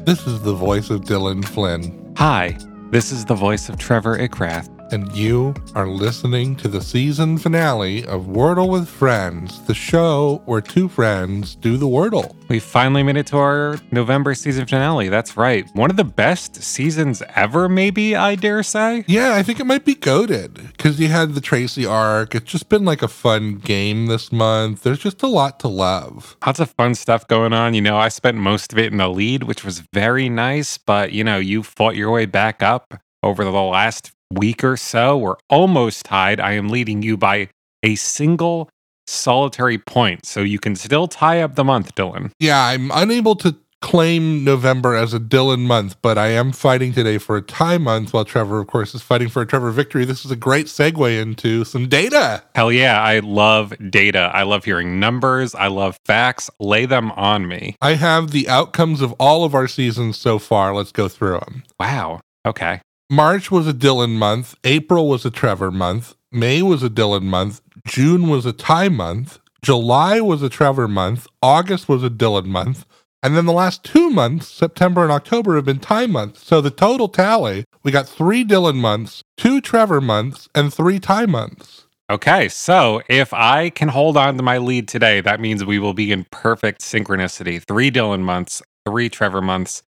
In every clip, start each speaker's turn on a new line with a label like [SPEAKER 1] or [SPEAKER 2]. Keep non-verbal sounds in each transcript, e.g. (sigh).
[SPEAKER 1] This is the voice of Dylan Flynn,
[SPEAKER 2] Hi, this is the voice of Trevor Ickrath.
[SPEAKER 1] and you are listening to the season finale of Wordle with Friends, the show where two friends do the Wordle.
[SPEAKER 2] We finally made it to our November season finale. That's right. One of the best seasons ever, maybe, I dare say.
[SPEAKER 1] Yeah, I think it might be goaded because you had the Tracy arc. It's just been like a fun game this month. There's just a lot to love.
[SPEAKER 2] Lots of fun stuff going on. You know, I spent most of it in the lead, which was very nice, but you know, you fought your way back up over the last week or so. We're almost tied. I am leading you by a single solitary point. So you can still tie up the month, Dylan.
[SPEAKER 1] Yeah, I'm unable to claim November as a Dylan month, but I am fighting today for a tie month while Trevor, of course, is fighting for a Trevor victory. This is a great segue into some data.
[SPEAKER 2] Hell yeah, I love data. I love hearing numbers. I love facts. Lay them on me.
[SPEAKER 1] I have the outcomes of all of our seasons so far. Let's go through them.
[SPEAKER 2] Wow. Okay.
[SPEAKER 1] March was a Dylan month. April was a Trevor month. May was a Dylan month. June was a Ty month. July was a Trevor month. August was a Dylan month. And then the last two months, September and October, have been Ty months. So the total tally, we got three Dylan months, two Trevor months, and three Ty months.
[SPEAKER 2] Okay. So if I can hold on to my lead today, that means we will be in perfect synchronicity. Three Dylan months, three Trevor months,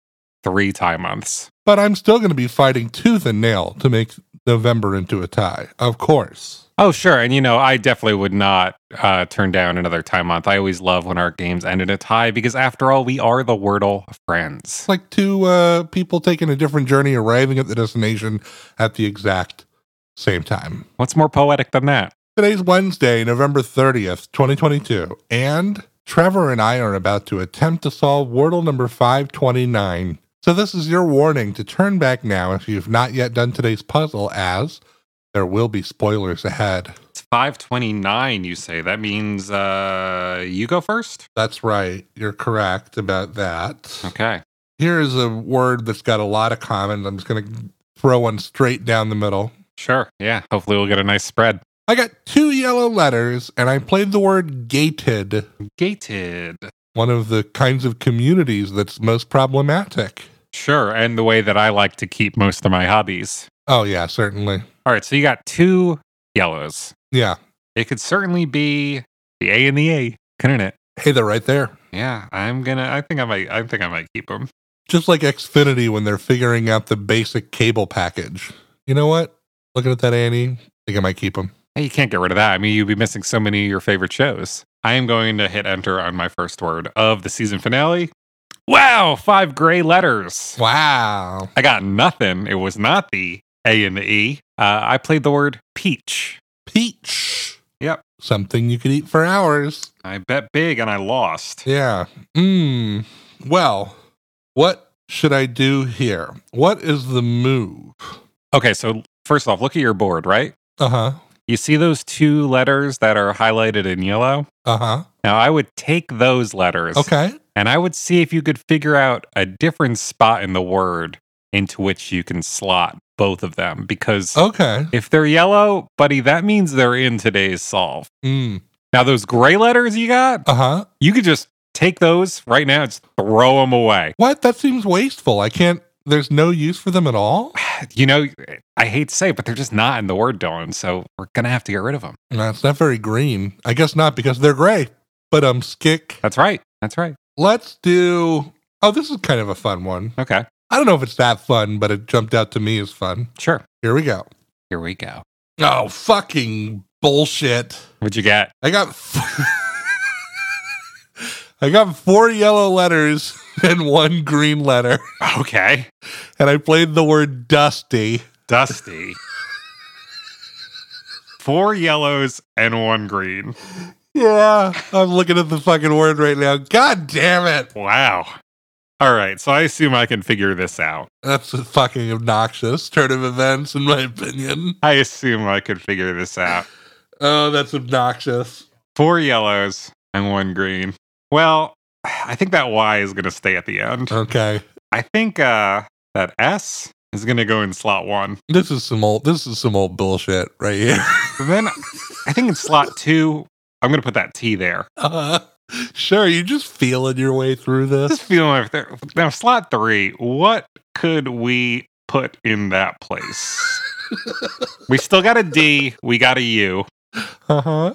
[SPEAKER 2] three Ty months.
[SPEAKER 1] But I'm still going to be fighting tooth and nail to make November into a tie, of course.
[SPEAKER 2] Oh, sure. And, you know, I definitely would not uh, turn down another Ty month. I always love when our games end in a tie because, after all, we are the Wordle friends.
[SPEAKER 1] It's like two uh, people taking a different journey, arriving at the destination at the exact same time.
[SPEAKER 2] What's more poetic than that?
[SPEAKER 1] Today's Wednesday, November 30th, 2022, and Trevor and I are about to attempt to solve Wordle number 529. So, this is your warning to turn back now if you've not yet done today's puzzle, as there will be spoilers ahead.
[SPEAKER 2] It's 529, you say. That means uh you go first?
[SPEAKER 1] That's right. You're correct about that.
[SPEAKER 2] Okay.
[SPEAKER 1] Here is a word that's got a lot of common. I'm just going to throw one straight down the middle.
[SPEAKER 2] Sure. Yeah. Hopefully we'll get a nice spread.
[SPEAKER 1] I got two yellow letters and I played the word gated,
[SPEAKER 2] Gated.
[SPEAKER 1] one of the kinds of communities that's most problematic.
[SPEAKER 2] Sure. And the way that I like to keep most of my hobbies.
[SPEAKER 1] Oh, yeah, certainly.
[SPEAKER 2] All right, so you got two yellows.
[SPEAKER 1] Yeah.
[SPEAKER 2] It could certainly be the A and the A, couldn't it?
[SPEAKER 1] Hey, they're right there.
[SPEAKER 2] Yeah, I'm gonna. I think I might. I think I might keep them.
[SPEAKER 1] Just like Xfinity when they're figuring out the basic cable package. You know what? Looking at that, Annie, I think I might keep them.
[SPEAKER 2] Hey, you can't get rid of that. I mean, you'd be missing so many of your favorite shows. I am going to hit enter on my first word of the season finale. Wow, five gray letters.
[SPEAKER 1] Wow.
[SPEAKER 2] I got nothing. It was not the A and the E. Uh, I played the word peach.
[SPEAKER 1] Peach.
[SPEAKER 2] Yep.
[SPEAKER 1] Something you could eat for hours.
[SPEAKER 2] I bet big and I lost.
[SPEAKER 1] Yeah. Mmm. Well, what should I do here? What is the move?
[SPEAKER 2] Okay, so first off, look at your board, right?
[SPEAKER 1] Uh huh.
[SPEAKER 2] You see those two letters that are highlighted in yellow?
[SPEAKER 1] Uh huh.
[SPEAKER 2] Now, I would take those letters
[SPEAKER 1] Okay.
[SPEAKER 2] and I would see if you could figure out a different spot in the word into which you can slot both of them. Because
[SPEAKER 1] Okay.
[SPEAKER 2] if they're yellow, buddy, that means they're in today's solve.
[SPEAKER 1] Mm.
[SPEAKER 2] Now, those gray letters you got,
[SPEAKER 1] Uh huh.
[SPEAKER 2] you could just take those right now, just throw them away.
[SPEAKER 1] What? That seems wasteful. I can't. There's no use for them at all.
[SPEAKER 2] You know, I hate to say it, but they're just not in the word, Dylan. So we're going to have to get rid of them.
[SPEAKER 1] No, it's not very green. I guess not because they're gray. But um, skick.
[SPEAKER 2] That's right. That's right.
[SPEAKER 1] Let's do. Oh, this is kind of a fun one.
[SPEAKER 2] Okay.
[SPEAKER 1] I don't know if it's that fun, but it jumped out to me as fun.
[SPEAKER 2] Sure.
[SPEAKER 1] Here we go.
[SPEAKER 2] Here we go.
[SPEAKER 1] Oh, fucking bullshit.
[SPEAKER 2] What'd you get?
[SPEAKER 1] I got. (laughs) F- I got four yellow letters (laughs) and one green letter,
[SPEAKER 2] Okay.
[SPEAKER 1] and I played the word dusty.
[SPEAKER 2] Dusty. (laughs) Four yellows and one green.
[SPEAKER 1] Yeah, I'm looking at the fucking word right now. God damn it.
[SPEAKER 2] Wow. All right. So I assume I can figure this out.
[SPEAKER 1] That's a fucking obnoxious turn of events, in my opinion.
[SPEAKER 2] I assume I could figure this out.
[SPEAKER 1] Oh, that's obnoxious.
[SPEAKER 2] Four yellows and one green. Well, I think that Y is going to stay at the end.
[SPEAKER 1] Okay.
[SPEAKER 2] I think uh, that S is going to go in slot one.
[SPEAKER 1] This is some old this is some old bullshit right here. (laughs)
[SPEAKER 2] And then I think in slot two, I'm going to put that T there.
[SPEAKER 1] Uh, Sure, you just feeling your way through
[SPEAKER 2] Just
[SPEAKER 1] this.
[SPEAKER 2] feeling like there. Now, slot three, what could we put in that place? we still got a D, we got a U.
[SPEAKER 1] Uh huh.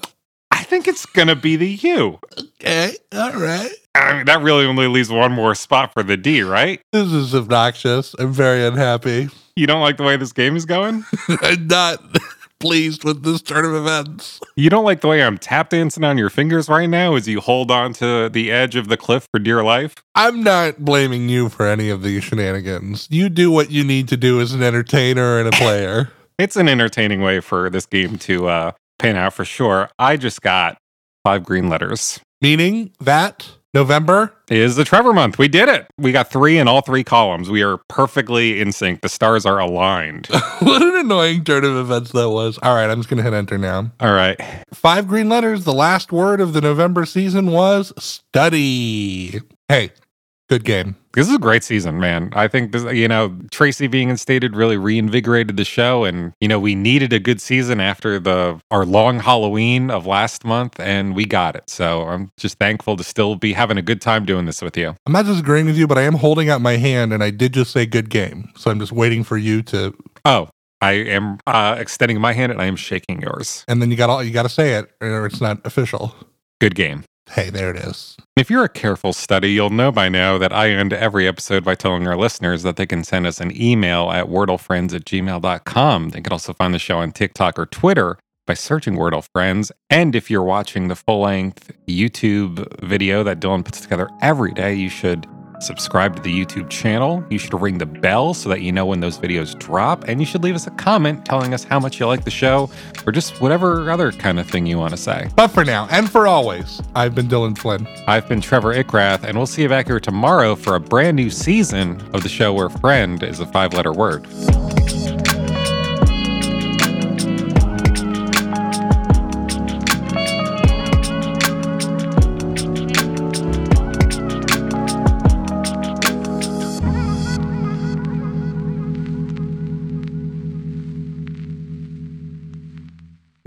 [SPEAKER 2] I think it's going to be the U.
[SPEAKER 1] Okay. All right.
[SPEAKER 2] I mean, that really only leaves one more spot for the D, right?
[SPEAKER 1] This is obnoxious. I'm very unhappy. (laughs)
[SPEAKER 2] You don't like the way this game is going?
[SPEAKER 1] I'm not (laughs) pleased with this turn of events.
[SPEAKER 2] You don't like the way I'm tap dancing on your fingers right now as you hold on to the edge of the cliff for dear life?
[SPEAKER 1] I'm not blaming you for any of these shenanigans. You do what you need to do as an entertainer and a player.
[SPEAKER 2] It's an entertaining way for this game to uh, pan out for sure. I just got five green letters.
[SPEAKER 1] Meaning that November, (laughs)
[SPEAKER 2] is the Trevor month. We did it. We got three in all three columns. We are perfectly in sync. The stars are aligned.
[SPEAKER 1] what an annoying turn of events that was. All right, I'm just going to hit enter now.
[SPEAKER 2] all right.
[SPEAKER 1] Five green letters. The last word of the November season was study. Hey, good game.
[SPEAKER 2] This is a great season, man. I think this, you know, Tracy being instated really reinvigorated the show. And, you know, we needed a good season after the our long Halloween of last month, and we got it. So I'm just thankful to still be having a good time doing this with you.
[SPEAKER 1] I'm not disagreeing with you, but I am holding out my hand and I did just say good game. So I'm just waiting for you to
[SPEAKER 2] Oh, I am uh, extending my hand and I am shaking yours.
[SPEAKER 1] and then you got all you got to say it or it's not official.
[SPEAKER 2] Good game.
[SPEAKER 1] Hey, there it is.
[SPEAKER 2] If you're a careful study, you'll know by now that I end every episode by telling our listeners that they can send us an email at wordlefriends at gmail.com. They can also find the show on TikTok or Twitter by searching Wordle Friends. And if you're watching the full length YouTube video that Dylan puts together every day, you should subscribe to the YouTube channel. You should ring the bell so that you know when those videos drop. And you should leave us a comment telling us how much you like the show or just whatever other kind of thing you want to say.
[SPEAKER 1] But for now and for always, I've been Dylan Flynn.
[SPEAKER 2] I've been Trevor Ickrath, and we'll see you back here tomorrow for a brand new season of the show where friend is a five letter word.